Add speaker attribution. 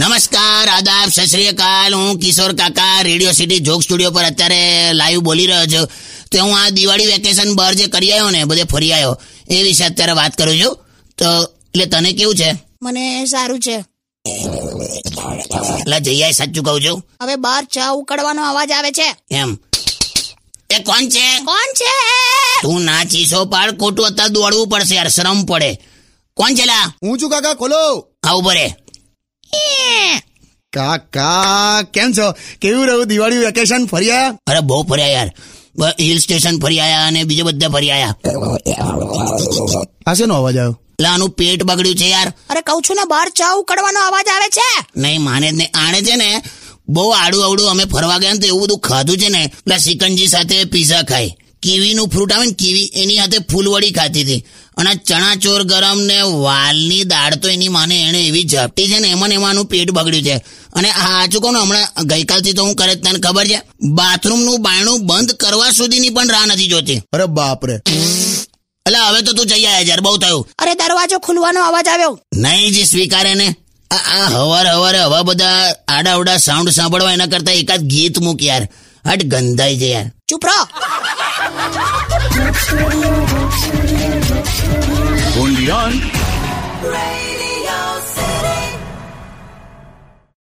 Speaker 1: નમસ્કાર આદાબ સત શ્રી અકાલ હું કિશોર કાકા રેડિયો સિટી જોક સ્ટુડિયો પર અત્યારે લાઈવ બોલી રહ્યો છું તો હું આ દિવાળી વેકેશન બહાર જે કરી આવ્યો ને બધે ફરી આવ્યો એ વિશે અત્યારે વાત કરું છું તો એટલે તને કેવું છે
Speaker 2: મને સારું છે
Speaker 1: એટલે જઈ આય સાચું કહું છું
Speaker 2: હવે બહાર ચા ઉકળવાનો અવાજ આવે છે
Speaker 1: એમ એ કોણ છે
Speaker 2: કોણ છે
Speaker 1: તું ના ચીસો પાડ ખોટું અત્યારે દોડવું પડશે યાર શરમ પડે કોણ છે લા
Speaker 3: હું છું કાકા ખોલો
Speaker 1: આવું ભરે
Speaker 3: કાકા કેમ છો કેવું રહ્યું દિવાળી વેકેશન ફરી આયા
Speaker 1: અરે બહુ ફર્યા યાર હિલ સ્ટેશન ફરી આયા અને બીજે બધે ફરી આયા
Speaker 3: આ શેનો અવાજ આવ્યો
Speaker 1: એટલે આનું પેટ બગડ્યું છે યાર
Speaker 2: અરે કહું છું ને બહાર ચા ઉકળવાનો અવાજ આવે છે
Speaker 1: નહીં માને જ નહીં આણે છે ને બહુ આડું અવડું અમે ફરવા ગયા ને તો એવું બધું ખાધું છે ને પેલા સિકંજી સાથે પીઝા ખાઈ કીવીનું ફ્રૂટ આવે ને કીવી એની સાથે ફૂલવડી ખાધી હતી અને આ ચણાચોર ગરમ ને વાલની દાળ તો એની માને એણે એવી ઝપટી છે ને એમાં ને એમાં આનું પેટ બગડ્યું છે અને આ હાચું કહું ને હમણાં ગઈકાલથી તો હું કરે જ તને ખબર છે બાથરૂમનું બાયણું બંધ કરવા સુધીની પણ રાહ નથી જોતી
Speaker 3: અરે બાપ રે
Speaker 1: એટલે હવે તો તું જઈ આયા યાર બહુ થયું
Speaker 2: અરે દરવાજો ખુલવાનો અવાજ આવ્યો
Speaker 1: નહીં જે સ્વીકારે ને આ આ હવાર હવારે હવા બધા આડા અવડા સાઉન્ડ સાંભળવા એના કરતા એકાદ ગીત મૂક યાર હટ ગંધાઈ છે યાર
Speaker 2: ચૂપ રહો
Speaker 4: only on Radio